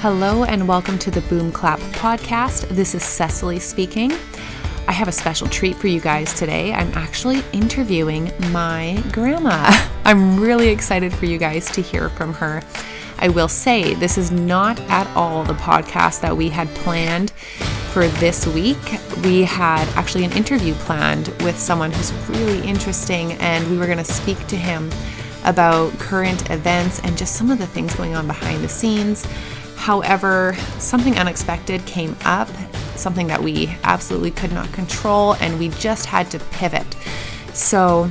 Hello and welcome to the Boom Clap podcast. This is Cecily speaking. I have a special treat for you guys today. I'm actually interviewing my grandma. I'm really excited for you guys to hear from her. I will say, this is not at all the podcast that we had planned for this week. We had actually an interview planned with someone who's really interesting, and we were going to speak to him about current events and just some of the things going on behind the scenes. However, something unexpected came up, something that we absolutely could not control, and we just had to pivot. So,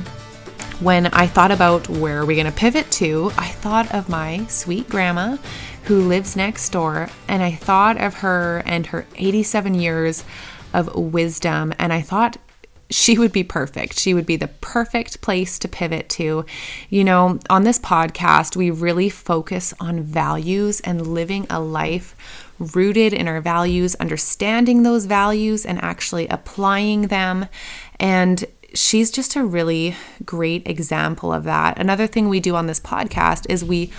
when I thought about where are we going to pivot to, I thought of my sweet grandma who lives next door, and I thought of her and her 87 years of wisdom, and I thought she would be perfect. She would be the perfect place to pivot to. You know, on this podcast, we really focus on values and living a life rooted in our values, understanding those values and actually applying them. And she's just a really great example of that. Another thing we do on this podcast is we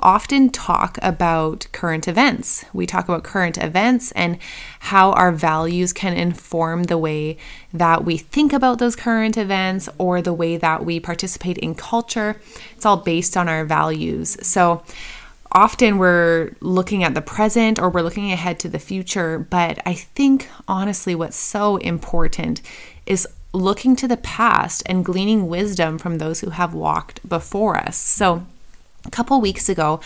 often talk about current events. We talk about current events and how our values can inform the way that we think about those current events or the way that we participate in culture. It's all based on our values. So, often we're looking at the present or we're looking ahead to the future, but I think honestly, what's so important is looking to the past and gleaning wisdom from those who have walked before us. So, a couple weeks ago,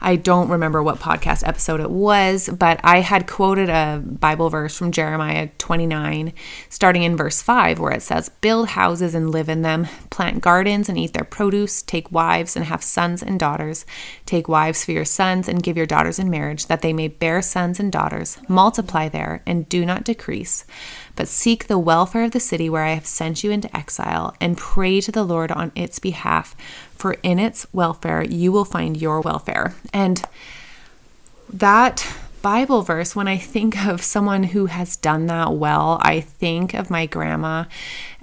I don't remember what podcast episode it was, but I had quoted a Bible verse from Jeremiah 29, starting in verse 5, where it says, Build houses and live in them, plant gardens and eat their produce, take wives and have sons and daughters, take wives for your sons and give your daughters in marriage, that they may bear sons and daughters, multiply there and do not decrease. But seek the welfare of the city where I have sent you into exile, and pray to the Lord on its behalf, for in its welfare you will find your welfare. And that Bible verse, when I think of someone who has done that well, I think of my grandma.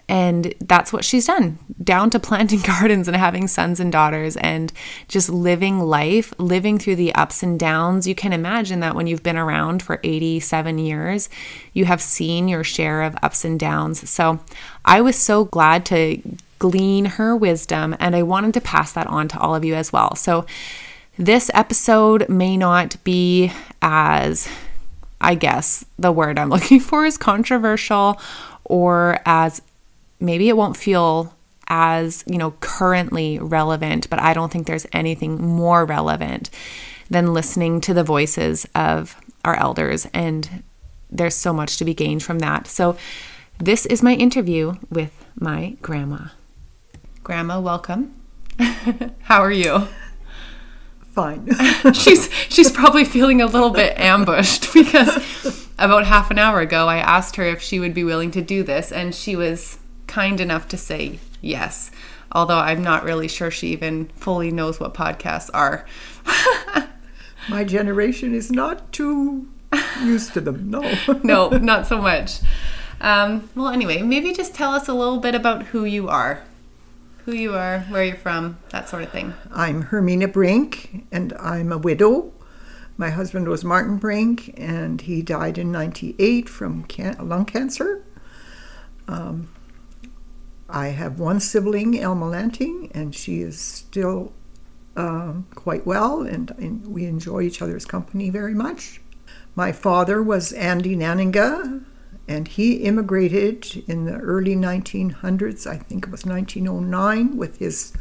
And that's what she's done down to planting gardens and having sons and daughters and just living life, living through the ups and downs. You can imagine that when you've been around for 87 years, you have seen your share of ups and downs. So I was so glad to glean her wisdom, and I wanted to pass that on to all of you as well. So this episode may not be as, I guess, the word I'm looking for is controversial or as maybe it won't feel as, you know, currently relevant, but I don't think there's anything more relevant than listening to the voices of our elders. And there's so much to be gained from that. So this is my interview with my grandma. Grandma, welcome. How are you? fine. she's she's probably feeling a little bit ambushed because about half an hour ago I asked her if she would be willing to do this and she was kind enough to say yes. Although I'm not really sure she even fully knows what podcasts are. My generation is not too used to them. No. no, not so much. Um, well, anyway, maybe just tell us a little bit about who you are who you are, where you're from, that sort of thing. I'm Hermina Brink, and I'm a widow. My husband was Martin Brink, and he died in 98 from can- lung cancer. Um, I have one sibling, Elma Lanting, and she is still um, quite well, and, and we enjoy each other's company very much. My father was Andy Nanninga, and he immigrated in the early 1900s, I think it was 1909, with his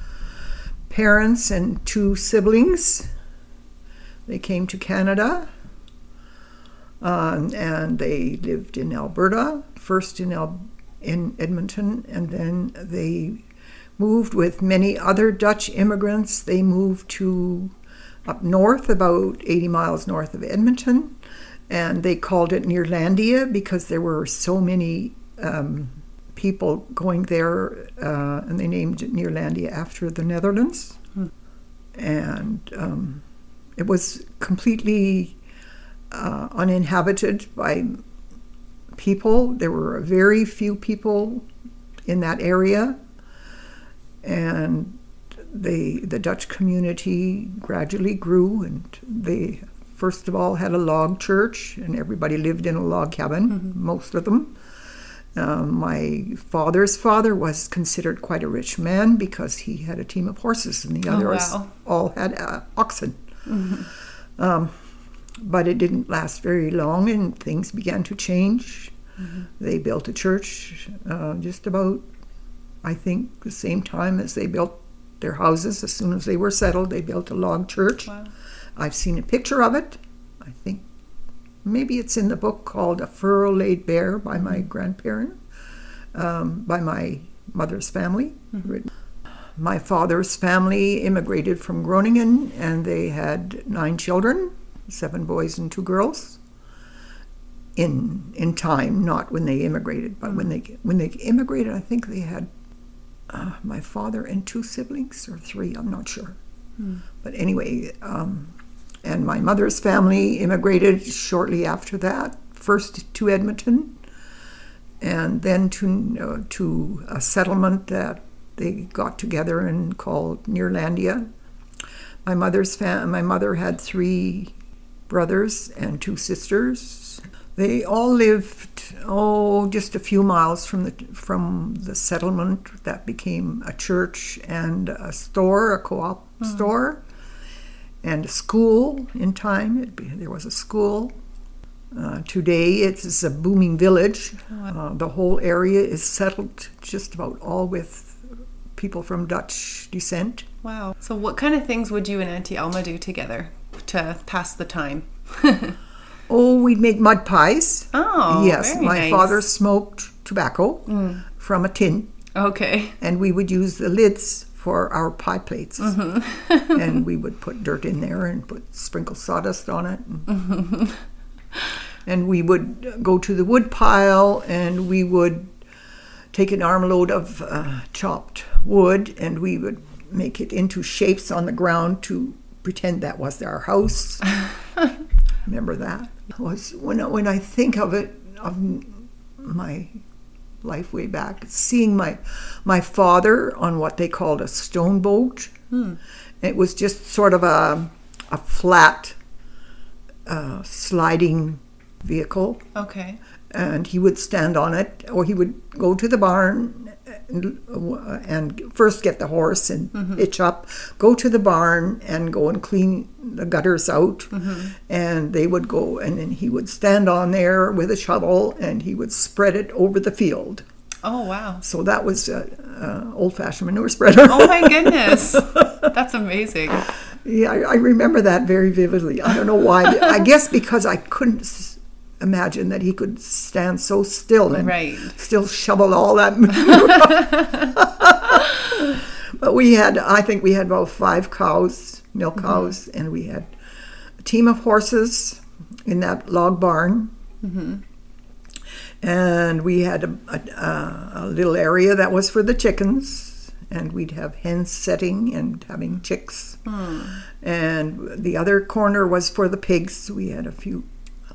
parents and two siblings. They came to Canada um, and they lived in Alberta, first in, Al- in Edmonton, and then they moved with many other Dutch immigrants. They moved to up north, about 80 miles north of Edmonton and they called it Neerlandia because there were so many um, people going there, uh, and they named it Neerlandia after the Netherlands. Hmm. And um, it was completely uh, uninhabited by people. There were very few people in that area, and the the Dutch community gradually grew, and they first of all, had a log church, and everybody lived in a log cabin, most of them. Um, my father's father was considered quite a rich man because he had a team of horses, and the others wow. all had uh, oxen. Um, but it didn't last very long, and things began to change. They built a church uh, just about, I think, the same time as they built their houses. As soon as they were settled, they built a log church. Wow. I've seen a picture of it. I think maybe it's in the book called A Furrow Laid Bare by my grandparent, um, by my mother's family. written. My father's family immigrated from Groningen and they had nine children, seven boys and two girls. In, in time, not when they immigrated, but when they when they immigrated, I think they had uh, my father and two siblings or three. I'm not sure, but anyway, um, and my mother's family immigrated shortly after that, first to Edmonton, and then to uh, to a settlement that they got together and called Nearlandia. My mother's fam- my mother had three brothers and two sisters. They all lived oh just a few miles from the from the settlement that became a church and a store, a co-op Mm-hmm. store and a school in time. It be, there was a school. Uh, today, it's a booming village. Oh, Uh, the whole area is settled just about all with people from Dutch descent. Wow. So, what kind of things would you and Auntie Alma do together to pass the time? Oh, we'd make mud pies. Oh, yes. very my nice. Mm. father smoked tobacco from a tin, okay. and we would use the lids for our pie plates. and we would put dirt in there and put sprinkle sawdust on it. And, and we would go to the wood pile and we would take an armload of uh, chopped wood and we would make it into shapes on the ground to pretend that was our house. Remember that? Was when I- when I think of it of m- my life way back, seeing my my father on what they called a stone boat. It was just sort of a a flat uh, sliding vehicle Okay. and he would stand on it, or he would go to the barn and, and first get the horse and hitch up, go to the barn and go and clean the gutters out, and they would go, and then he would stand on there with a shovel and he would spread it over the field. Oh, wow. So that was uh, uh, old-fashioned manure spreader. Oh, my goodness. That's amazing. Yeah, I, I remember that very vividly. I don't know why. I guess because I couldn't s- imagine that he could stand so still and Right. still shovel all that. manure. but we had, I think we had about five cows, milk cows, and we had a team of horses in that log barn. And we had a, a, a little area that was for the chickens, and we'd have hens setting and having chicks. Hmm. And the other corner was for the pigs. We had a few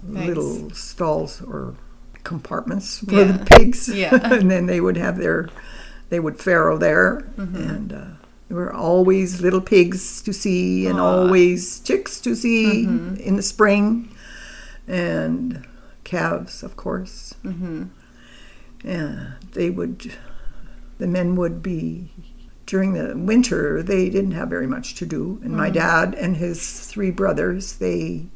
Nice. little stalls or compartments for Yeah. the pigs. Yeah. and then they would have their, they would farrow there. And uh, there were always little pigs to see and always chicks to see in the spring. And calves, of course. And they would, the men would be, during the winter, they didn't have very much to do. And my dad and his three brothers, they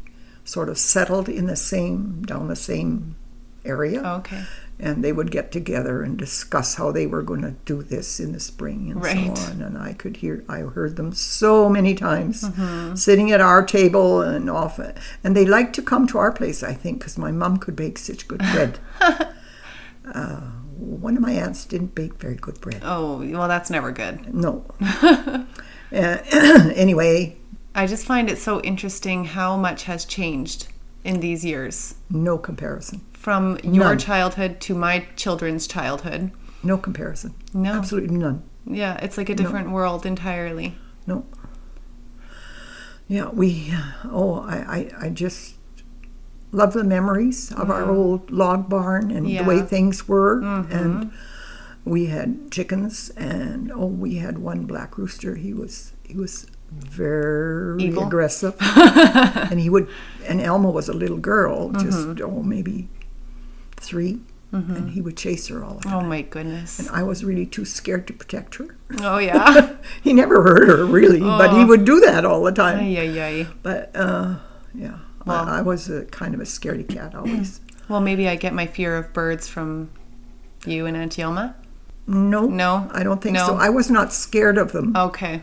sort of settled in the same, down the same area. Okay. And they would get together and discuss how they were going to do this in the spring and Right. so on. And I could hear, I heard them so many times Mm-hmm. sitting at our table and off. And they liked to come to our place, I think, because my mom could bake such good bread. uh, one of my aunts didn't bake very good bread. Oh, well, that's never good. No. Uh, anyway, I just find it so interesting how much has changed in these years no comparison. from your None. childhood to my children's childhood. No comparison. No. Absolutely none. Yeah, it's like a different world entirely. No. Yeah, we, oh, I, I, I just love the memories of our old log barn and the way Yeah. things were. And we had chickens, and oh, we had one black rooster. He was, he was very Evil. aggressive. and he would, and Elma was a little girl, just oh maybe 3 and he would chase her all the time. Oh my goodness. I was really too scared to protect her. Oh yeah. He never hurt her really, but he Oh. would do that all the time. ay, ay, ay. But uh, yeah, Wow. I, I was a kind of a scaredy cat always. Well, maybe I get my fear of birds from you and Auntie Elma. No, No? I don't think No. so. I was not scared of them. Okay.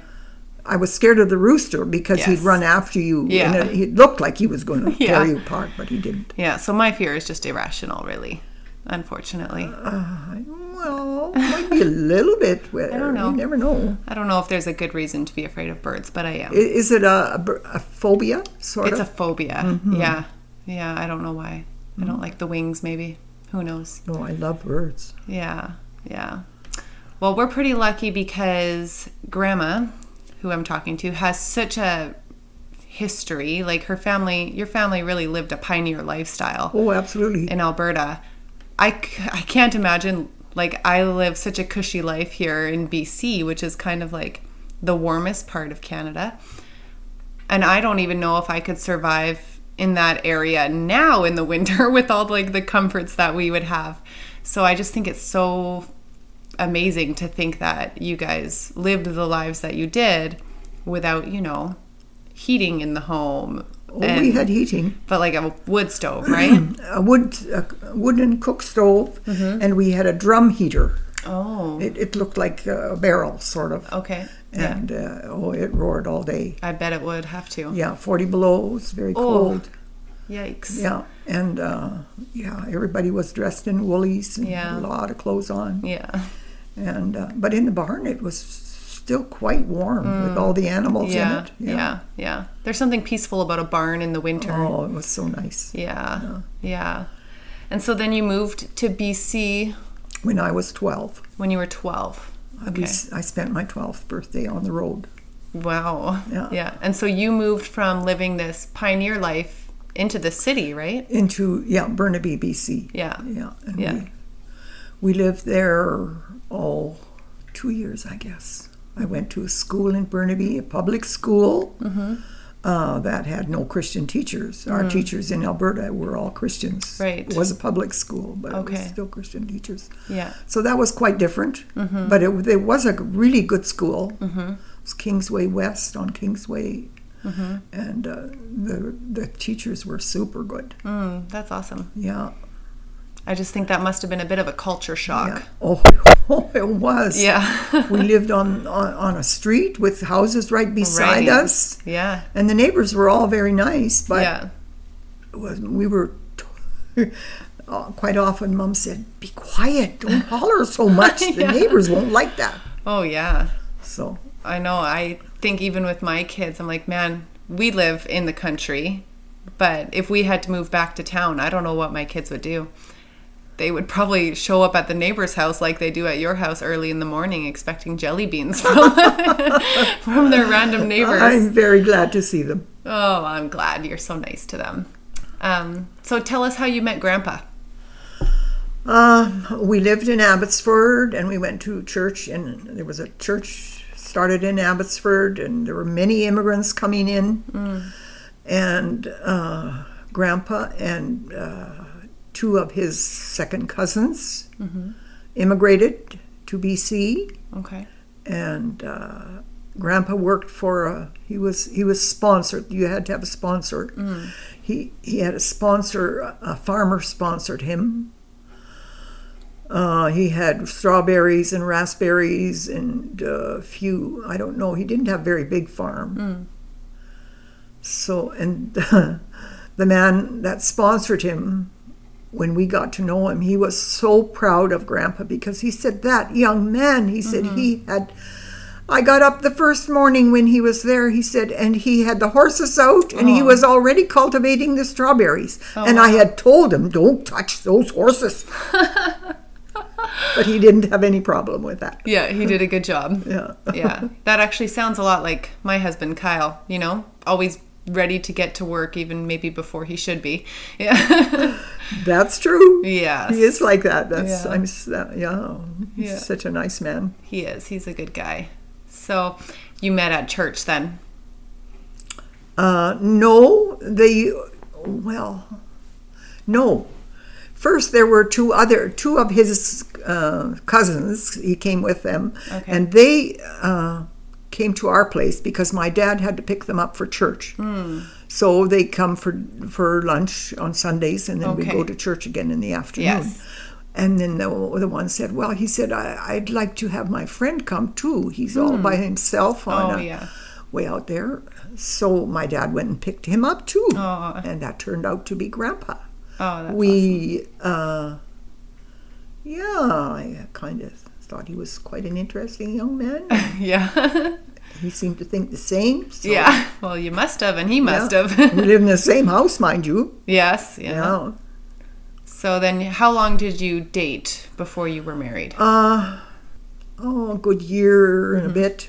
I was scared of the rooster because Yes. he'd run after you, Yeah. and it, he looked like he was going to Yeah. tear you apart, but he didn't. Yeah. So my fear is just irrational, really. Unfortunately, I, well, maybe a little bit. Where, I don't know. You never know. I don't know if there's a good reason to be afraid of birds, but I am. I- Is it a, a, br- a phobia sort It's a of? phobia. Mm-hmm. Yeah. Yeah. I don't know why. I Mm. don't like the wings, maybe. Who knows? no, I love birds. Yeah. Yeah. Well, we're pretty lucky because Grandma, who I'm talking to, has such a history. Like her family, your family really lived a pioneer lifestyle Oh, absolutely. in Alberta. I, c- I can't imagine, like, I live such a cushy life here in BC, which is kind of like the warmest part of Canada. And I don't even know if I could survive in that area now in the winter with all like the comforts that we would have. So I just think it's so amazing to think that you guys lived the lives that you did without, you know, heating in the home. oh, we and- had heating. but like a wood stove, right? a wood a wooden cook stove Mm-hmm. and we had a drum heater oh. it, it looked like a barrel sort of Okay. Oh, yeah. and uh, oh it roared all day I bet it would have to. yeah 40 below it's very Oh. cold Yikes. yeah and uh, yeah everybody was dressed in woolies and Yeah. a lot of clothes on Yeah. and uh, but in the barn it was still quite warm with all the animals in Mm. Yeah. it Yeah. yeah. There's something peaceful about a barn in the winter. oh it was so nice Yeah. yeah. And so then you moved to BC when i was 12 when you were 12. I Okay. was- i spent my 12th birthday on the road Wow. Yeah. Yeah. And so you moved from living this pioneer life into the city, right? into yeah burnaby bc Yeah. Yeah. And Yeah. We, we lived there all two years, I guess. I went to a school in Burnaby, a public school Mm-hmm. uh, that had no Christian teachers. Our teachers in Alberta were all Christians. Mm. Right. It was a public school, but it Okay. was still Christian teachers. Yeah. So that was quite different. Mm-hmm. But it, it was a really good school. It was Kingsway West on Kingsway. Mm-hmm. And uh, the, the teachers were super good. Mm, that's awesome. Yeah. I just think that must have been a bit of a culture shock. Yeah. Oh, oh, it was. Yeah. we lived on, on on a street with houses right beside Right. us, Yeah. and the neighbors were all very nice. But yeah. it was, we were t- uh, quite often. Mom said, "Be quiet! Don't holler so much. The neighbors won't like that." Oh, yeah. So I know. I think even with my kids, I'm like, man, we live in the country, but if we had to move back to town, I don't know what my kids would do. They would probably show up at the neighbor's house like they do at your house early in the morning, expecting jelly beans from, from their random neighbors. I'm very glad to see them. Oh, I'm glad you're so nice to them. Um, so tell us how you met Grandpa. Um, we lived in Abbotsford, and we went to church, and there was a church started in Abbotsford, and there were many immigrants coming in, and uh, Grandpa and uh, two of his second cousins immigrated to BC, Okay. and uh, Grandpa worked for a he was he was sponsored. You had to have a sponsor. He he had a sponsor. A farmer sponsored him. Uh, he had strawberries and raspberries and a few. I don't know. He didn't have a very big farm. So and the man that sponsored him. When we got to know him, he was so proud of Grandpa because he said, That young man, he said Mm-hmm. he had I got up the first morning when he was there, he said, and he had the horses out and Oh. he was already cultivating the strawberries. and I had told him, don't touch those horses. but he didn't have any problem with that. Yeah, he did a good job. Yeah. yeah. That actually sounds a lot like my husband Kyle, you know, always ready to get to work even maybe before he should be. Yeah. That's true. yes. He is like that. That's, Yeah. I'm, s- that- yeah, he's Yeah. such a nice man. He is. He's a good guy. So you met at church then. Uh, no, they, well, no. First, there were two other, two of his uh, cousins. He came with them, Okay. and they uh, came to our place because my dad had to pick them up for church. Hmm. So they come for for lunch on Sundays, and then we Okay. go to church again in the afternoon. Yes. And then the, the one said, "Well, he said I, I'd like to have my friend come too. He's all by himself on Hmm. Oh, a yeah. way out there." So my dad went and picked him up too, Aw. and that turned out to be Grandpa. Oh, that's we, uh, yeah, I kind of thought he was quite an interesting young man. awesome. Yeah. he seemed to think the same. So yeah. Well, you must have, and he must Yeah. we have. live in the same house, mind you. yes. Yeah. Yeah. So then, how long did you date before you were married? Uh, oh, a good year Mm-hmm. and a bit.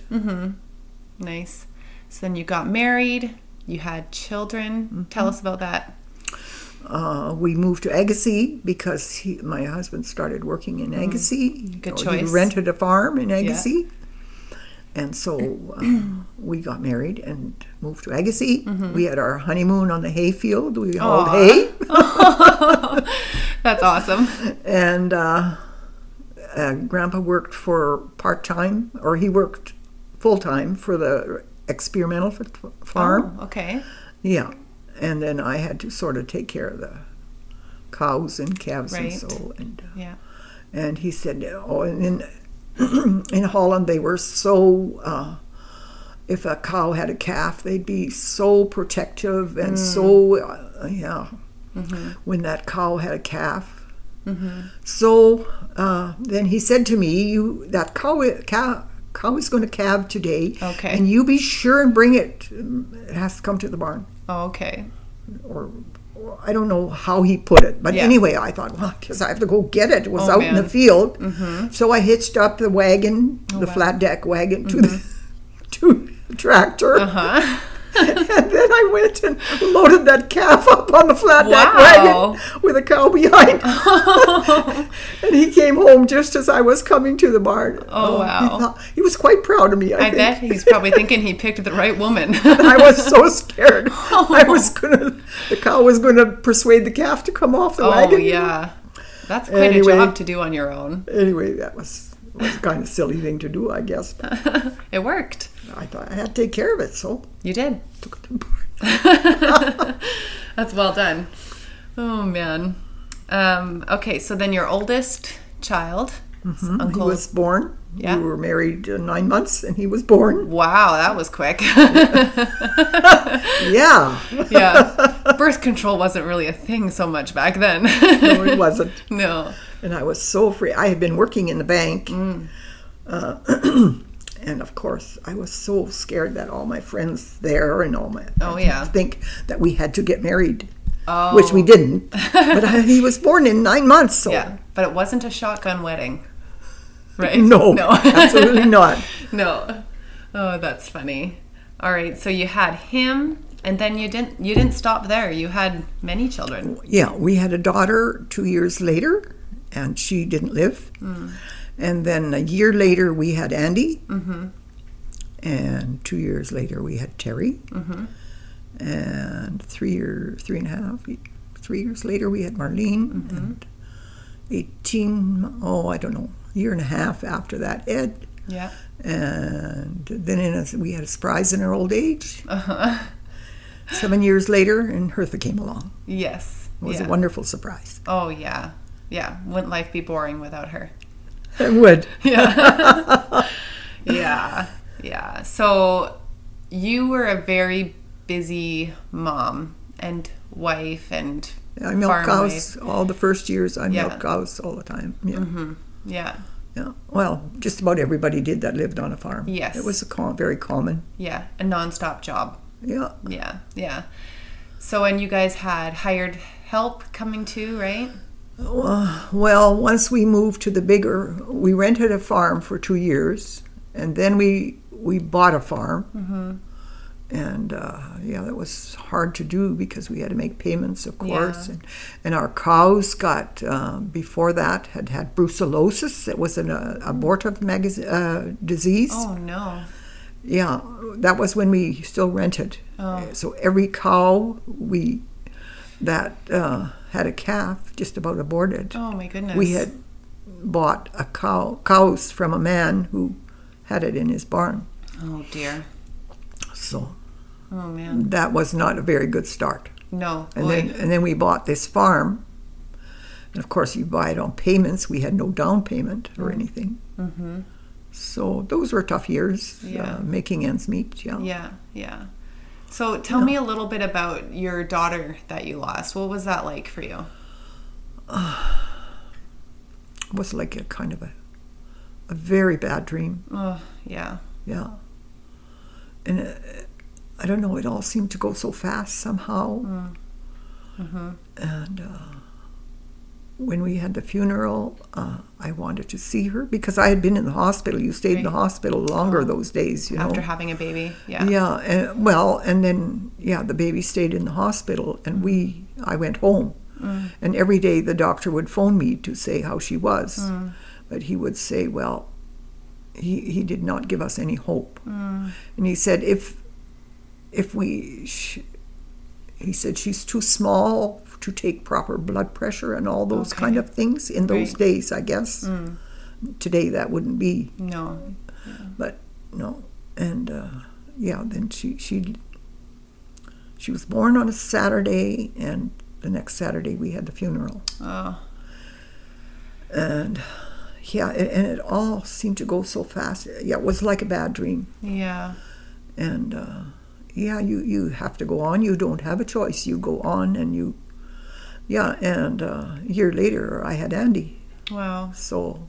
Nice. So then you got married. You had children. Mm-hmm. Tell us about that. Uh, we moved to Agassiz because he, my husband started working in Agassiz. Mm-hmm. Good So choice. He rented a farm in Agassiz. And so uh, we got married and moved to Agassiz. We had our honeymoon on the hayfield. We hauled Mm-hmm. Aw. hay. That's awesome. And uh, uh, Grandpa worked for part time, or he worked full time for the experimental f- farm. Oh, okay. Yeah, and then I had to sort of take care of the cows and calves Right. and so. And uh, Yeah. and he said, oh, and in in Holland they were so. Uh, if a cow had a calf, they'd be so protective and so uh, yeah. When that cow had a calf. So uh, then he said to me, "You that cow, cow, cow is going to calve today, Okay. and you be sure and bring it. It has to come to the barn." Oh, okay. or or I don't know how he put it, but Yeah. anyway, I thought, well, because I have to go get it. It was Oh, out in the man. Mm-hmm. Oh, field, so I hitched up the wagon, the wow. Mm-hmm. flat deck wagon, to the to the tractor, Huh? Uh-huh. and then I went and loaded that calf up on the flat deck Wow. wagon with a cow behind, and he came home just as I was coming to the barn. Oh, wow. He, thought- he was quite proud of me. I, I think. bet he's probably thinking he picked the right woman. I was so scared. I was gonna, the cow was gonna persuade the calf to come off the oh, wagon. yeah. That's quite Anyway. a job to do on your own. Anyway, that was was kind of silly thing to do, I guess. But It worked. I thought I had to take care of it, so You did. took it to barn. That's well done. Oh man. Um, okay, so then your oldest child, Mm-hmm. He Uncle. was born. Yeah. We were married uh, nine months, and he was born. wow, that was quick. Yeah, yeah, birth control wasn't really a thing so much back then. no, it wasn't. no. And I was so free. I had been working in the bank. Mm. Uh, and of course, I was so scared that all my friends there and all my Oh, yeah. Oh. think that we had to get married, which we didn't. but I, he was born in nine months, so Yeah, but it wasn't a shotgun wedding, right? no, no, absolutely not. no. Oh, that's funny. All right, so you had him, and then you didn't. You didn't stop there. You had many children. Yeah, we had a daughter two years later, and she didn't live. And then a year later, we had Andy. And two years later, we had Terry. And three year, three and a half, three years later, we had Marlene. And 18, oh, I don't know, year and a half after that, Ed. Yeah. And then in a, we had a surprise in her old age. Seven years later, and Hertha came along. Yes. It was yeah. a wonderful surprise. Oh yeah, yeah. Wouldn't life be boring without her? It would. Yeah, yeah. So you were a very busy mom and wife and I milk farm wife. cows all the first years. I Yeah. Mm-hmm. milk cows all the time. Yeah. Yeah, yeah. Well, just about everybody did that lived on a farm. Yes. It was a com- very common. yeah. A nonstop job. Yeah. Yeah, yeah. So and you guys had hired help coming too, right? Uh, Well, once we moved to the bigger, we rented a farm for two years, and then we we bought a farm. And uh, yeah, that was hard to do because we had to make payments, of course. And, and our cows got uh, before that had had brucellosis. It was an uh, abortive magaz- uh, disease, Oh no. Yeah, that was when we still rented. Oh. So every cow we that uh, had a calf just about aborted. Oh my goodness. We had bought a cow cows from a man who had it in his barn. Oh dear. So Oh man. that was not a very good start. No. And boy. then and then we bought this farm. And of course you buy it on payments. We had no down payment or anything. Mm-hmm. Mhm. So those were tough years. Yeah. Uh, making ends meet, yeah. Yeah. Yeah. So tell me a little bit about your daughter that you lost. What was that like for you? It was like a kind of a a very bad dream. Oh yeah. Yeah. And uh, I don't know, it all seemed to go so fast somehow. Mm. Mm-hmm. And uh, when we had the funeral, uh, I wanted to see her because I had been in the hospital. You stayed in the Right. Oh. hospital longer those days, you know. After having a baby. Yeah. yeah, and, well, and then yeah, the baby stayed in the hospital, and we I went home, Mm. and every day the doctor would phone me to say how she was, Mm. but he would say, well, he he did not give us any hope, Mm. and he said if if we sh- he said she's too small to take proper blood pressure and all those Okay. kind of things in those Right. Mm. days, I guess. Today that wouldn't be No. but no and uh, yeah then she she she was born on a saturday and the next saturday we had the funeral Oh. and yeah and, and it all seemed to go so fast yeah it was like a bad dream Yeah. and uh, yeah you you have to go on you don't have a choice you go on and you yeah and uh, a year later i had andy Wow. so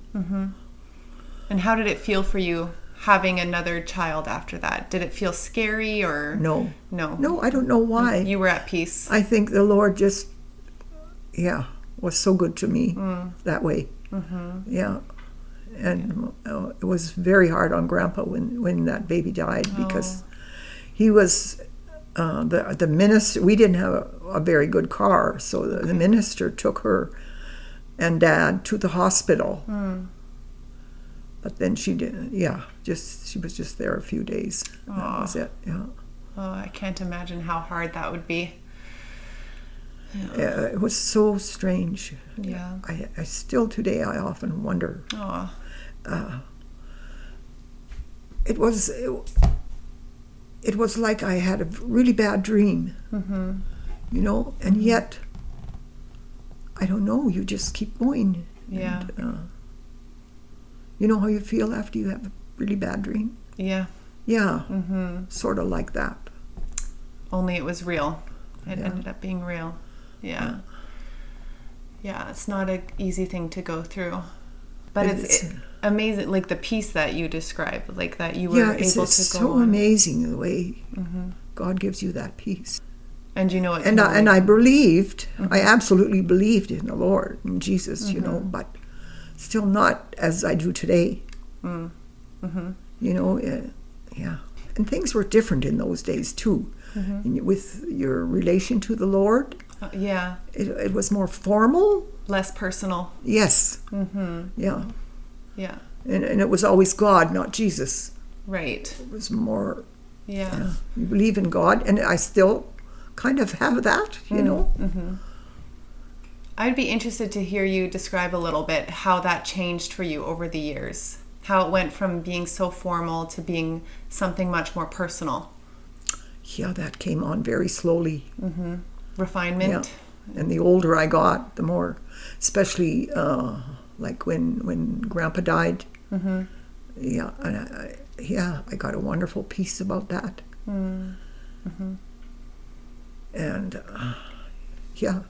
And how did it feel for you having another child after that? Did it feel scary or no No. no i don't know why You were at peace. I think the Lord just, yeah, was so good to me that way. Yeah. And uh, it was very hard on Grandpa when, when that baby died because he was uh, the the minister. We didn't have a, a very good car, so the, the minister took her and Dad to the hospital. But then she did, yeah. Just she was just there a few days. That was it. Yeah. Oh, I can't imagine how hard that would be. Yeah, Uh, it was so strange. Yeah. I, I still today I often wonder. Oh, It was it, it was like I had a really bad dream, Mm-hmm. you know, and yet I don't know. You just keep going. Yeah. And, uh, you know how you feel after you have a really bad dream? yeah. Yeah, Mm-hmm. sort of like that. Only it was real. It Yeah. ended up being real. Yeah. Yeah, it's not an easy thing to go through. But It it's is. it- amazing, like the peace that you described, like that you were uh, yeah, able it's, it's to go so on. Mm-hmm. amazing the way God gives you that peace. And you know it. and can I, and only- I believed, I absolutely believed in the Lord, in Jesus, you know, but still not as I do today. You know, uh, yeah. And things were different in those days too. And with your relation to the Lord, Uh, yeah, it, it was more formal. less personal. Yes. Yeah. Yeah, And, and it was always God, not Jesus. right. It was more Yeah. yeah, you believe in God, and I still kind of have that, you know. I'd be interested to hear you describe a little bit how that changed for you over the years. How it went from being so formal to being something much more personal. Yeah, that came on very slowly. Refinement. Yeah. And the older I got, the more, especially uh, like when when Grandpa died. Yeah, and I, I- yeah, I got a wonderful piece about that. And uh, yeah,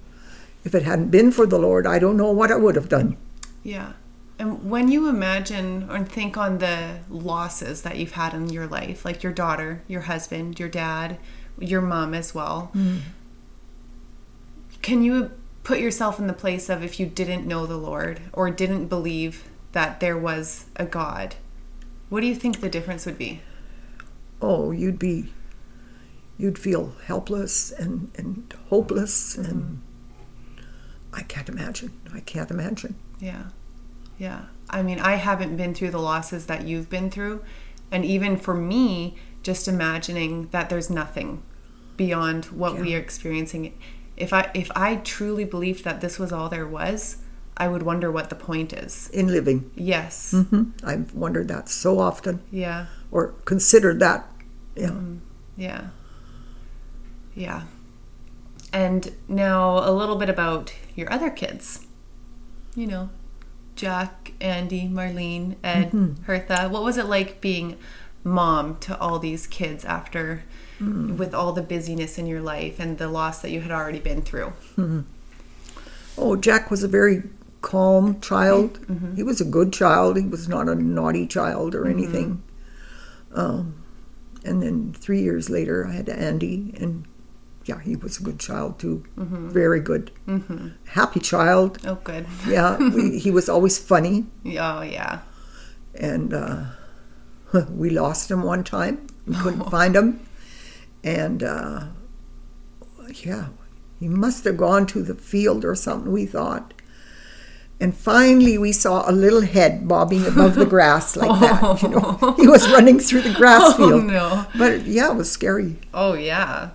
if it hadn't been for the Lord, I don't know what I would have done. Yeah. And when you imagine or think on the losses that you've had in your life, like your daughter, your husband, your dad, your mom as well, can you put yourself in the place of if you didn't know the Lord or didn't believe that there was a God? What do you think the difference would be? Oh, you'd be, you'd feel helpless and and hopeless, and I can't imagine. I can't imagine. Yeah. Yeah. I mean, I haven't been through the losses that you've been through, And even for me, just imagining that there's nothing beyond what we are experiencing. If I if I truly believed that this was all there was, I would wonder what the point is. in living. Yes. hmm I've wondered that so often, Yeah. or considered that. Yeah, Yeah. Yeah. And now a little bit about your other kids. You know, Jack, Andy, Marlene, Ed, Hertha. What was it like being mom to all these kids after with all the busyness in your life and the loss that you had already been through? Oh, Jack was a very calm child. He was a good child. He was not a naughty child or anything. Um, and then three years later, I had Andy, and yeah, he was a good child too. Very good. Happy child. Oh good. Yeah, we, he was always funny. Oh yeah. and uh, we lost him one time. We couldn't find him, and uh, yeah, he must have gone to the field or something. We thought, and finally we saw a little head bobbing above the grass like that. You know, he was running through the grass Oh, field. no. But yeah, it was scary. Oh yeah,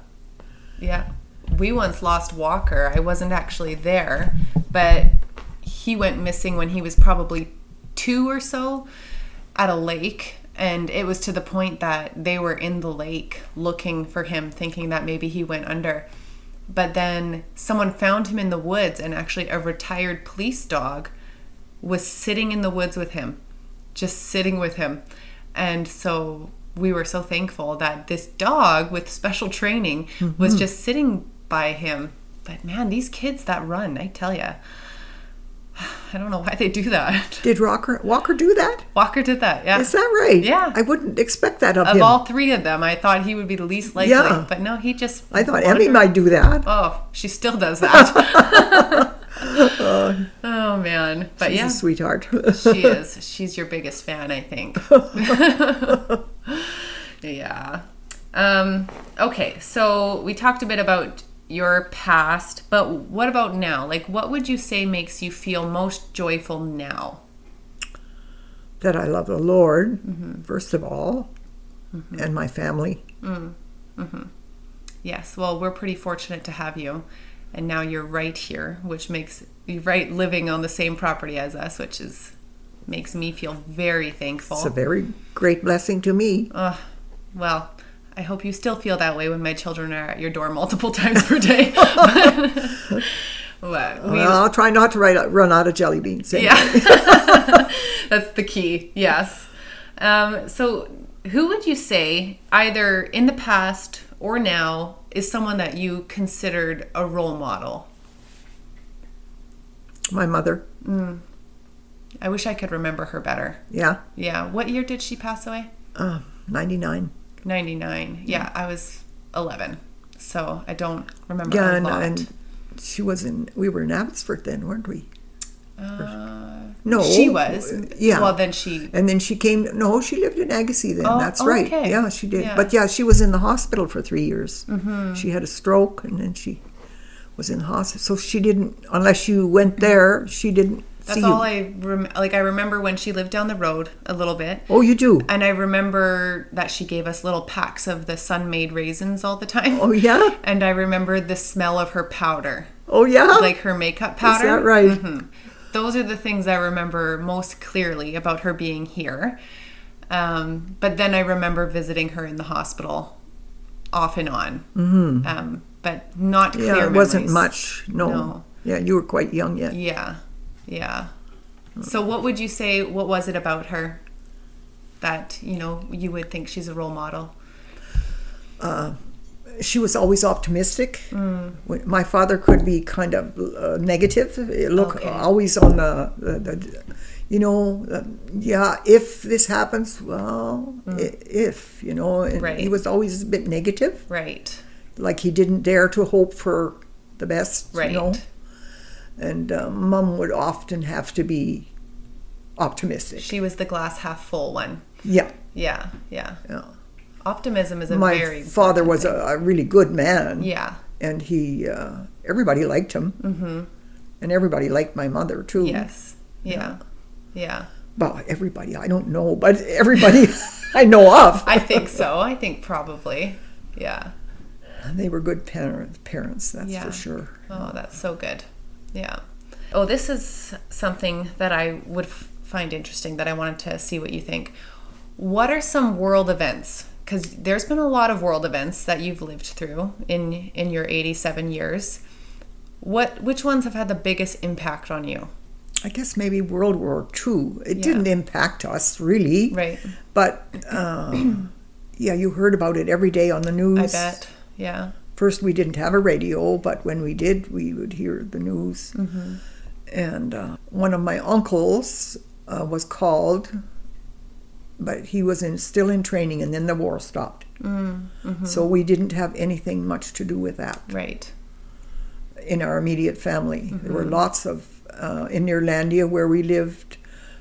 yeah. We once lost Walker. I wasn't actually there, but he went missing when he was probably two or so at a lake. And it was to the point that they were in the lake looking for him, thinking that maybe he went under. But then someone found him in the woods, and actually, a retired police dog was sitting in the woods with him, just sitting with him. And so we were so thankful that this dog with special training Mm-hmm. was just sitting by him. But man, these kids that run, I tell ya. I don't know why they do that. Did Rocker Walker do that? Walker did that, yeah. Is that right? Yeah. I wouldn't expect that of, of him. all three of them, I thought he would be the least likely, Yeah. but no, he just. I thought Emmy might do that. Oh, she still does that. oh man, but He's yeah, a sweetheart. she is. She's your biggest fan, I think. yeah. Um, okay, so we talked a bit about your past, but what about now? Like, what would you say makes you feel most joyful now? that I love the Lord, Mm-hmm. first of all, and my family. Yes, well, we're pretty fortunate to have you, and now you're right here, which makes you right living on the same property as us, which is makes me feel very thankful. It's a very great blessing to me. Ugh, well, I hope you still feel that way when my children are at your door multiple times per day. but we, Well, I'll try not to write, run out of jelly beans. anyway. yeah, that's the key. Yes. Um, so, who would you say, either in the past or now, is someone that you considered a role model? My mother, I wish I could remember her better. yeah, Yeah. What year did she pass away? uh, 99. Mm. 99. Yeah, I was 11. So, I don't remember Yeah, a and, lot. and she was in, we were in Abbotsford then, weren't we? Uh, No. she was. Yeah. Well, then she. And then she came, no, she lived in Agassiz then, Oh, that's right. okay. Yeah, she did. Yeah. Mm-hmm. But yeah, she was in the hospital for three years. She had a stroke and then she was in the hospital. So she didn't, unless you went there, she didn't That's see you. all I rem- like. I remember when she lived down the road a little bit, Oh, you do? and I remember that she gave us little packs of the sun-made raisins all the time. Oh, yeah? And I remember the smell of her powder, Oh, yeah? like her makeup powder. Is that right? Mhm. Those are the things I remember most clearly about her being here. Um, but then I remember visiting her in the hospital, off and on. Mm-hmm. Um, but not clear. Yeah, it wasn't memories. much. No. No. Yeah, you were quite young yet. Yeah, yeah. So, what would you say? What was it about her that you know you would think she's a role model? She was always optimistic. Mm. When- My father could be kind of uh, negative. uh, Look, Okay. always on the, the, the you know, uh, yeah, if this happens, well, i- if, you know, and he Mm. Right. was always a bit negative. Right. Like he didn't dare to hope for the best, Right. you know. And uh, mom would often have to be optimistic. She was the glass half full one. Yeah. Yeah, yeah. yeah. Optimism is a My Oh, very father was a, a really good man. yeah, and he uh, everybody liked him mm-hmm. and everybody liked my mother too yes, yeah, yeah. well, everybody I don't know, but everybody I know of. I think so. I think probably. Yeah. They were good parents, parents that's Yeah. for sure. Oh, that's so good. Yeah. Oh, this is something that I would f- find interesting that I wanted to see what you think. What are some world events? Because there's been a lot of world events that you've lived through in in your 87 years. What which ones have had the biggest impact on you? I guess maybe World War II. It Yeah. didn't impact us really, Right. But um, yeah, you heard about it every day on the news. I bet. Yeah. First, we didn't have a radio, but when we did, we would hear the news. And uh, one of my uncles uh, was called, but he was in, still in training, and then the war stopped. So we didn't have anything much to do with that Right. in our immediate family. There were lots of, uh, in Irlandia where we lived,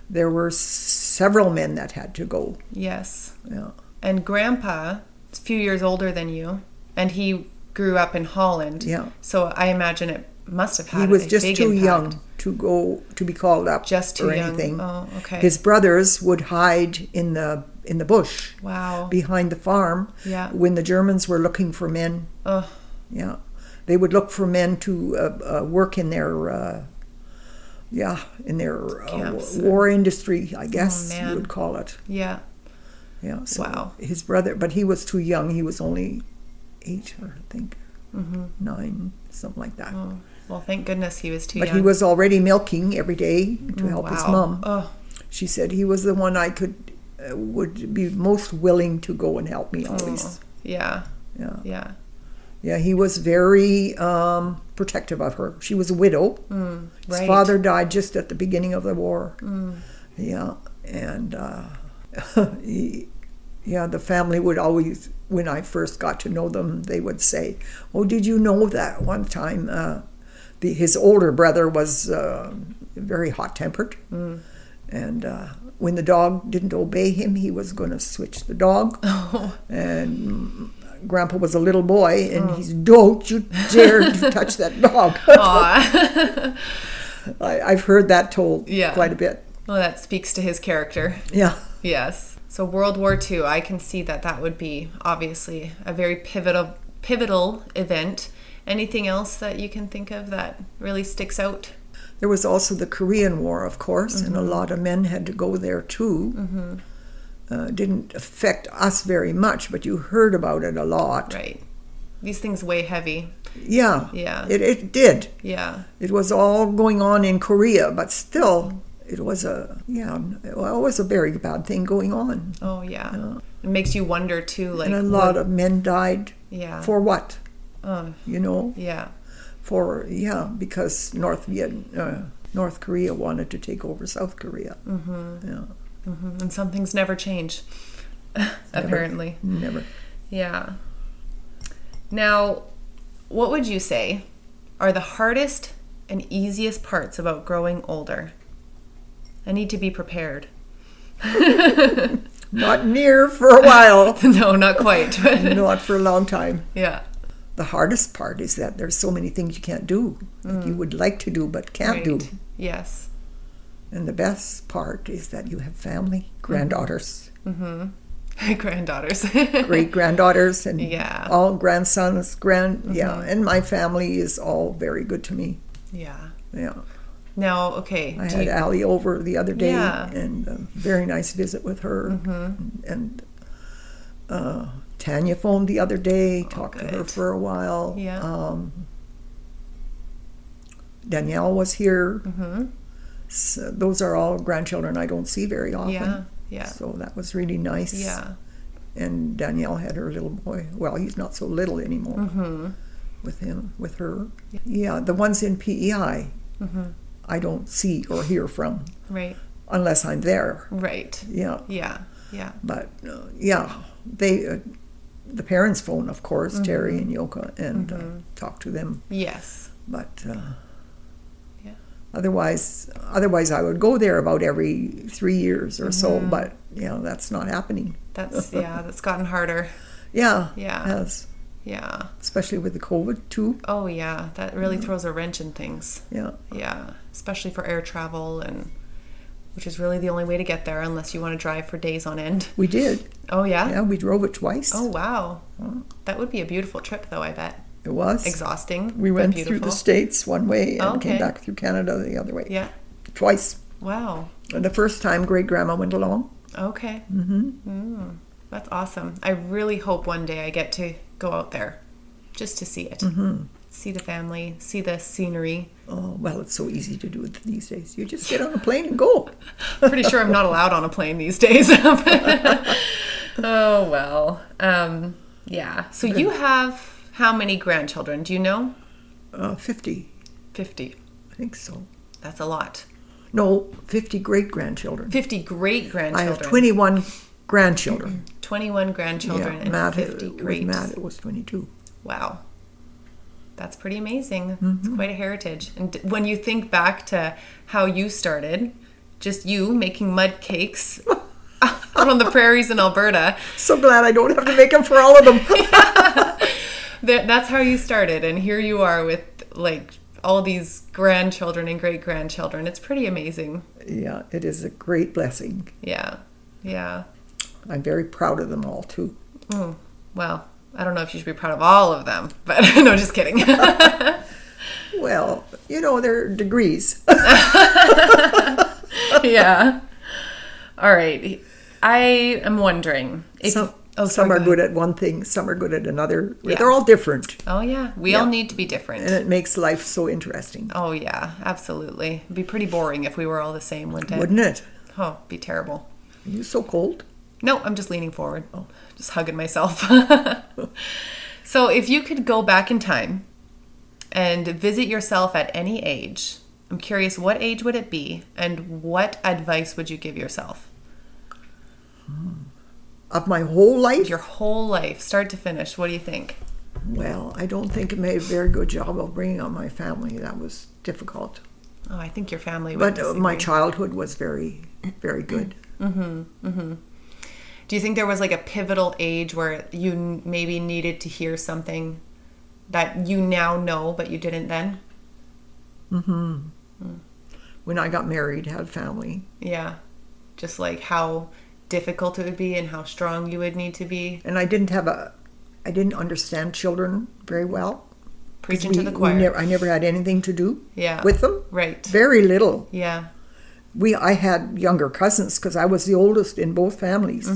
there were several men that had to go. Yes. Yeah. And grandpa, is a few years older than you, and he grew up in Holland. Yeah. So I imagine it must have had he was a just big too impact. young to go to be called up Just too or young. anything. Oh, okay. His brothers would hide in the in the bush Wow. behind the farm Yeah. when the Germans were looking for men. Ugh. Yeah, they would look for men to uh, uh, work in their. Uh, yeah, in their uh, Camps. Oh, wa- war industry, I guess man. you would call it. Yeah. Yeah. So Wow. His brother, but he was too young. He was only eight, or I think, Mm-hmm. nine, something like that. Oh, well, thank goodness he was too But young. he was already milking every day to help his Mm, Wow. mom. Oh, She said he was the one I could uh, would be most willing to go and help Mm. me always. oh, yeah. Yeah, Yeah. yeah. He was very um, protective of her. She was a widow. right. His father died just at the beginning of the war. Yeah, and uh, he, yeah, the family would always. When I first got to know them, they would say, "Oh, did you know that one time?" Uh, the, his older brother was uh, very hot-tempered, and uh, when the dog didn't obey him, he was going to switch the dog. And Grandpa was a little boy, Oh. and he's, "Don't you dare to touch that dog!" Aw. I, I've heard that told Yeah. quite a bit. well, that speaks to his character. Yeah. Yes. So World War II, I can see that that would be obviously a very pivotal pivotal event. Anything else that you can think of that really sticks out? There was also the Korean War, of course, and a Mm-hmm. lot of men had to go there too. Uh, didn't affect us very much, but you heard about it a lot. Right. These things weigh heavy. Yeah. Yeah. It, it did. Yeah. It was all going on in Korea, but still, Mm-hmm. it was a yeah, well, it was a very bad thing going on. Oh yeah. It makes you wonder too like And a what- lot of men died Yeah. for what? Oh, You know, yeah. for yeah, because North Viet, uh, North Korea wanted to take over South Korea. Mm-hmm. Yeah. Mhm. And some things never change. Apparently. Never. Yeah. Now, what would you say are the hardest and easiest parts about growing older? I need to be prepared. Not near for a while. no, not quite. but- Not for a long time. yeah. The hardest part is that there's so many things you can't do that you would like to do but can't do. Mm. right. Yes. And the best part is that you have family, Mm-hmm. granddaughters, Granddaughters. great granddaughters, and Yeah. Mm-hmm. all grandsons, grand yeah. And my family is all very good to me. Yeah. Yeah, Now, okay. I do had you- Allie over the other day, Yeah. Mm-hmm. and a very nice visit with her. And uh, Tanya phoned the other day, talked to her Oh, good. for a while. Yeah. Um, Danielle was here. Mm-hmm. So those are all grandchildren I don't see very often. yeah. Yeah. So that was really nice. Yeah. And Danielle had her little boy. Well, he's not so little anymore. Mm-hmm. With him, with her. Yeah, the ones in PEI, Mm-hmm. I don't see or hear from Right. unless I'm there. Right. Yeah, Yeah. Yeah. but uh, yeah, they, uh, the parents phone, of course, Mm-hmm. Terry and Yoka, and uh, talk to them. Yes. But uh, Yeah. otherwise, otherwise, I would go there about every three years or so. Mm-hmm. But yeah, that's not happening. That's yeah, that's gotten harder. Yeah, Yeah. it has, Yeah. especially with the COVID too. Oh yeah, that really throws a wrench in things. Yeah, Yeah, especially for air travel and which is really the only way to get there unless you want to drive for days on end. We did. Oh, yeah? Yeah, we drove it twice. Oh, wow. That would be a beautiful trip, though, I bet. It was. Exhausting. We but went through beautiful. Oh, the states one way and Okay. came back through Canada the other way. Yeah. Twice. Wow. And the first time, great grandma went along. Okay. Mm-hmm. Mm, that's awesome. I really hope one day I get to go out there just to see it. Mm-hmm. See the family, see the scenery. Oh, well, it's so easy to do it these days. You just get on a plane and go. Pretty sure I'm not allowed on a plane these days. oh, well. Um, yeah. So you have how many grandchildren? Do you know? Uh, 50, 50. I think so. That's a lot. No, 50 great grandchildren. 50 great I grandchildren. have 21 grandchildren. 21 grandchildren Mm-hmm. and Matt, 50 with great. Matt, it was 22. Wow. That's pretty amazing. It's Mm-hmm. quite a heritage. And d- when you think back to how you started, just you making mud cakes out on the prairies in Alberta, So glad I don't have to make them for all of them. that, that's how you started. And here you are with like all these grandchildren and great grandchildren. It's pretty amazing. yeah, it is a great blessing. Yeah. Yeah. I'm very proud of them all, too. Mm. Well, I don't know if you should be proud of all of them, but no, just kidding. Well, you know, there are degrees. yeah. All right. I am wondering if Some, oh, sorry, some are go good at one thing, some are good at another. Yeah. They're all different, ahead. Oh yeah, we all need to be different. and it makes life so interesting, Oh yeah, absolutely. It'd be pretty boring if we were all the same, wouldn't it? wouldn't it? Oh, it'd be terrible. Are you so cold? No, I'm just leaning forward. Oh, Just hugging myself. so, if you could go back in time and visit yourself at any age, I'm curious what age would it be and what advice would you give yourself? Of my whole life? Your whole life, start to finish, what do you think? Well, I don't think it made a very good job of bringing up my family. That was difficult. Oh, I think your family would But uh, my disagree. childhood was very, very Mm-hmm. good. Do you think there was like a pivotal age where you n- maybe needed to hear something that you now know but you didn't then? When I got married, had family. Yeah. Just like how difficult it would be and how strong you would need to be. And I didn't have a, I didn't understand children very well. Preaching to We- the we choir. never- I never had anything to do yeah. with them. Right. Very little. Yeah. we I had younger cousins because I was the oldest in both families.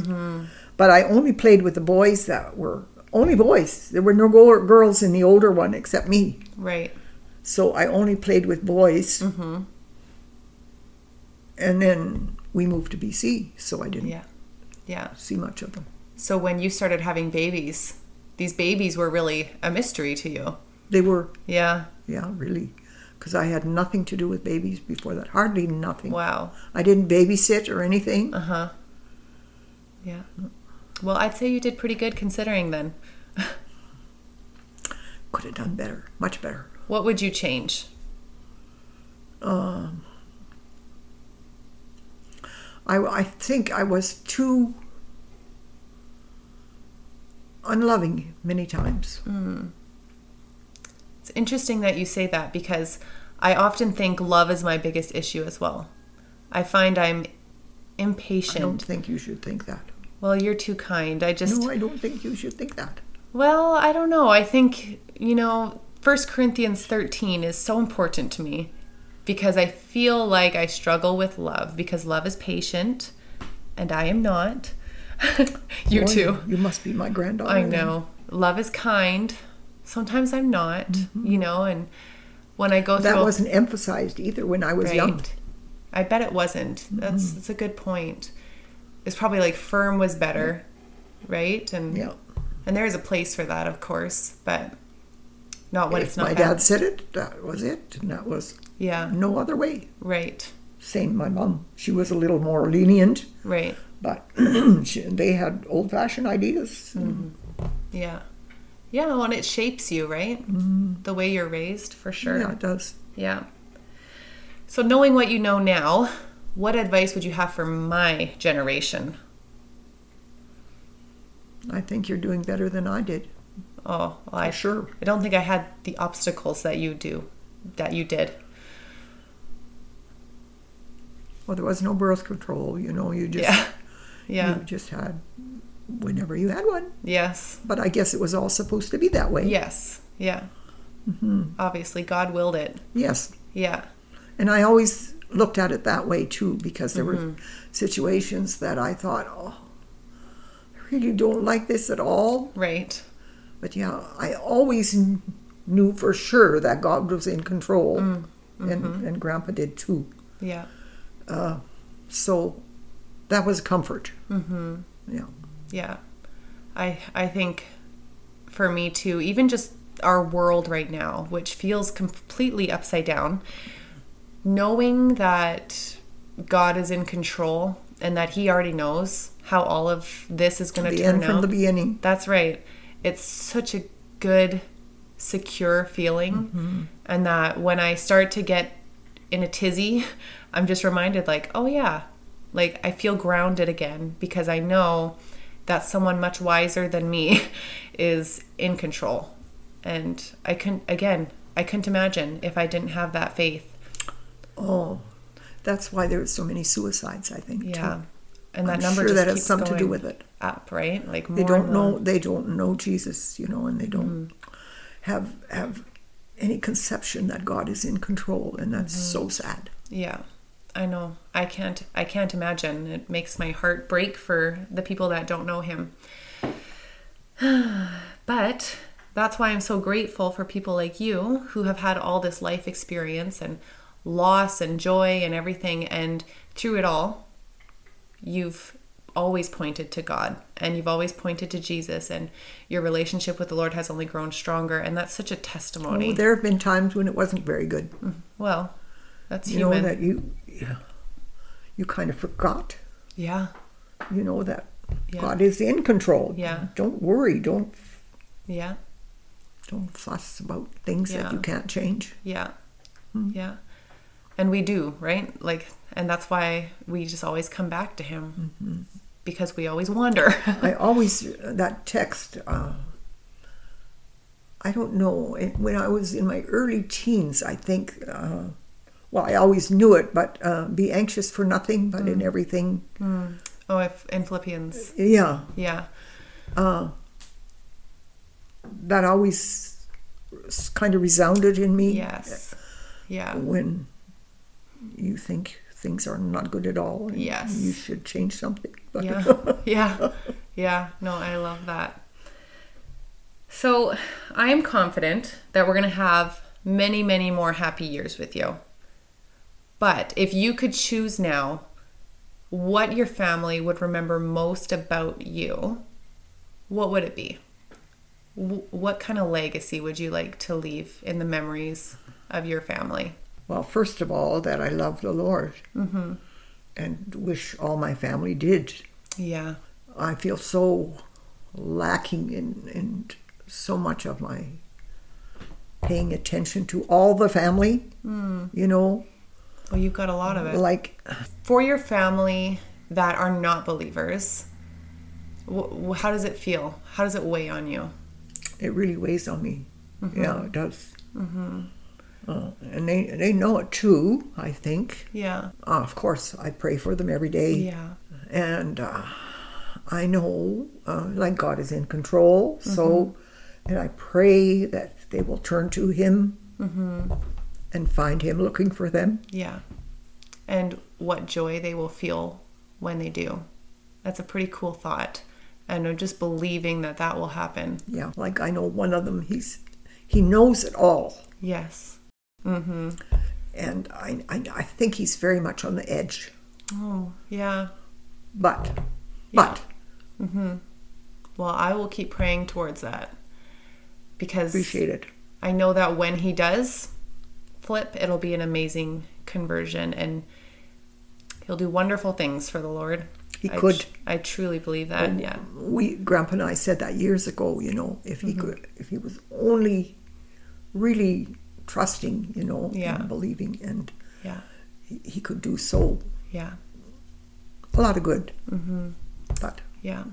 But I only played with the boys that were only boys. There were no go- girls in the older one except me. Right. So I only played with boys. And then we moved to BC, so I didn't Yeah. Yeah. see much of them. So when you started having babies, these babies were really a mystery to you. They were, Yeah. yeah, really, because I had nothing to do with babies before that. Hardly nothing. Wow. I didn't babysit or anything. Uh huh. Yeah. Well, I'd say you did pretty good considering then. Could have done better, much better. What would you change? um, I, I think I was too unloving many times. It's interesting that you say that because I often think love is my biggest issue as well. I find I'm I don't impatient. think you should think that. Well, you're too kind. I just, No, I don't think you should think that. well, I don't know. I think, you know, 1 Corinthians 13 is so important to me because I feel like I struggle with love because love is patient and I am not. you Boy, too. You must be my granddaughter. I know. Love is kind. Sometimes I'm not, you know, and when I go through Mm-hmm. That all- wasn't emphasized either when I was young. Mm-hmm. Right. I bet it wasn't. That's that's a good point. It's probably like firm was better, right? And Yeah. and there is a place for that, of course, but not when if it's not my bad. dad said it, that was it. And that was Yeah, no other way. right, Same my mom. She was a little more lenient, right. but she, they had old fashioned ideas. Mm, Yeah, yeah. Well, and it shapes you, right? The way you're raised, for sure. Mm-hmm. Yeah, it does. Yeah. So, knowing what you know now, what advice would you have for my generation? I think you're doing better than I did. Oh, well, I Sure. I don't think I had the obstacles that you do, that you did. Well, there was no birth control. You know, you just Yeah. Yeah. you just had whenever you had one. Yes. But I guess it was all supposed to be that way. Yes. Yeah. Mm-hmm. Obviously, God willed it. Yes. Yeah. And I always looked at it that way too, because there were Mm-hmm. situations that I thought, oh, I really don't like this at all. Right. But yeah, I always kn- knew for sure that God was in control, Mm, mm-hmm. and, and Grandpa did too. Yeah. So that was comfort. Mm-hmm. Yeah. Yeah. I I think for me too, even just our world right now, which feels completely upside down, knowing that God is in control and that he already knows how all of this is going to The turn end from out. the beginning. That's right. It's such a good, secure feeling. Mm-hmm. And that when I start to get in a tizzy, I'm just reminded, like, oh yeah, like I feel grounded again because I know that someone much wiser than me is in control. And I couldn't, again, I couldn't imagine if I didn't have that faith. Oh, that's why there were so many suicides, I think. Yeah. Too. And that I'm number just sure that has keeps something to do going with it. Up, right? Like more They don't and know. more. Mm-hmm. They don't know Jesus, you know, and they don't have have any conception that God is in control, and that's Mm-hmm. so sad. Yeah. I know. I can't I can't imagine. It makes my heart break for the people that don't know him. but that's why I'm so grateful for people like you who have had all this life experience and loss and joy and everything and through it all you've always pointed to God and you've always pointed to Jesus and your relationship with the Lord has only grown stronger and that's such a testimony. Well, Oh, there have been times when it wasn't very good. well, that's You human. know that you yeah, you kind of forgot. yeah. You know that Yeah. God is in control. Yeah. Don't worry. Don't Yeah. don't fuss about things Yeah. that you can't change. Yeah. Yeah. And we do, right? Like, and that's why we just always come back to him because we always wander. I always that text. Uh, I don't know. It, when I was in my early teens, I think. Uh, well, I always knew it, but uh, be anxious for nothing, but Mm. in everything. oh, if, in Philippians. Yeah, uh, Yeah. that always kind of resounded in me. Yes. Yeah. When you think things are not good at all, and Yes. you should change something. But Yeah. Yeah. Yeah. No, I love that. So I am confident that we're going to have many, many more happy years with you. But if you could choose now what your family would remember most about you, what would it be? Wh- What kind of legacy would you like to leave in the memories of your family? Well, first of all, that I love the Lord, and wish all my family did. Yeah. I feel so lacking in, in so much of my paying attention to all the family, you know, Well, you've got a lot of it. like for your family that are not believers wh- wh- how does it feel how does it weigh on you it really weighs on me. Yeah, it does. Uh, and they, they know it too, I think. yeah Uh, of course, I pray for them every day. yeah and uh, I know, uh, like God is in control. So, and I pray that they will turn to Him and find Him looking for them. yeah and what joy they will feel when they do that's a pretty cool thought and i'm just believing that that will happen Yeah, like I know one of them. He's he knows it all, yes and I I, I think he's very much on the edge. oh yeah But, but well i will keep praying towards that because appreciate it. I know that when he does flip, it'll be an amazing conversion and he'll do wonderful things for the Lord. He I could. tr- I truly believe that. Yeah. We Grandpa and I said that years ago. You know, if Mm-hmm. he could, if he was only really trusting, you know, Yeah. and believing and. Yeah. he- he could do so Yeah. a lot of good. Mm-hmm. But Yeah.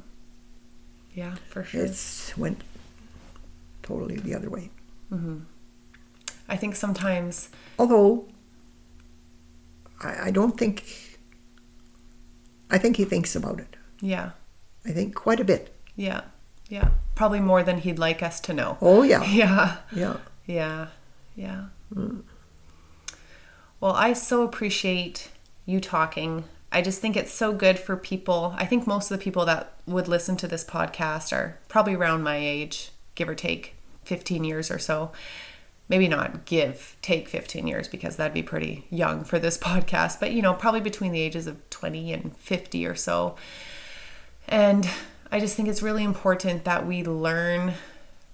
Yeah, for sure. it's went totally the other way. I think sometimes Although I, I don't think I think he thinks about it. Yeah. I think quite a bit. Yeah. Yeah. Probably more than he'd like us to know. Oh, yeah. Yeah. Yeah. Yeah. Yeah. Well, I so appreciate you talking. I just think it's so good for people. I think most of the people that would listen to this podcast are probably around my age, give or take 15 years or so. Maybe not give, take 15 years because that'd be pretty young for this podcast, but you know, probably between the ages of 20 and 50 or so. And I just think it's really important that we learn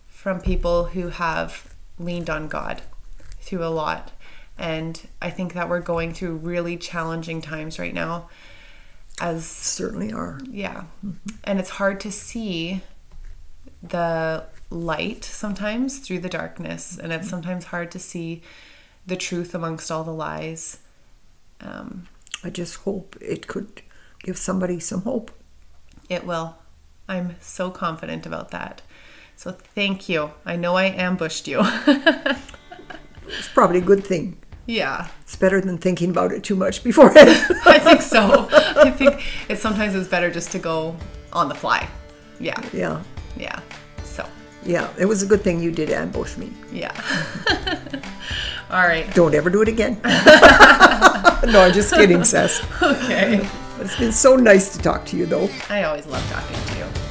from people who have leaned on God through a lot. And I think that we're going through really challenging times right now as Certainly are. yeah. And it's hard to see the light sometimes through the darkness. And it's sometimes hard to see the truth amongst all the lies. Um, I just hope it could give somebody some hope. It will. I'm so confident about that. So thank you. I know I ambushed you. It's probably a good thing. yeah, It's better than thinking about it too much beforehand. I think so. I think it's sometimes it's better just to go on the fly. Yeah, yeah. yeah. So, Yeah. It was a good thing you did ambush me. yeah. All right. Don't ever do it again. no, I'm just kidding, Sess. Okay. It's been so nice to talk to you, though. I always love talking to you.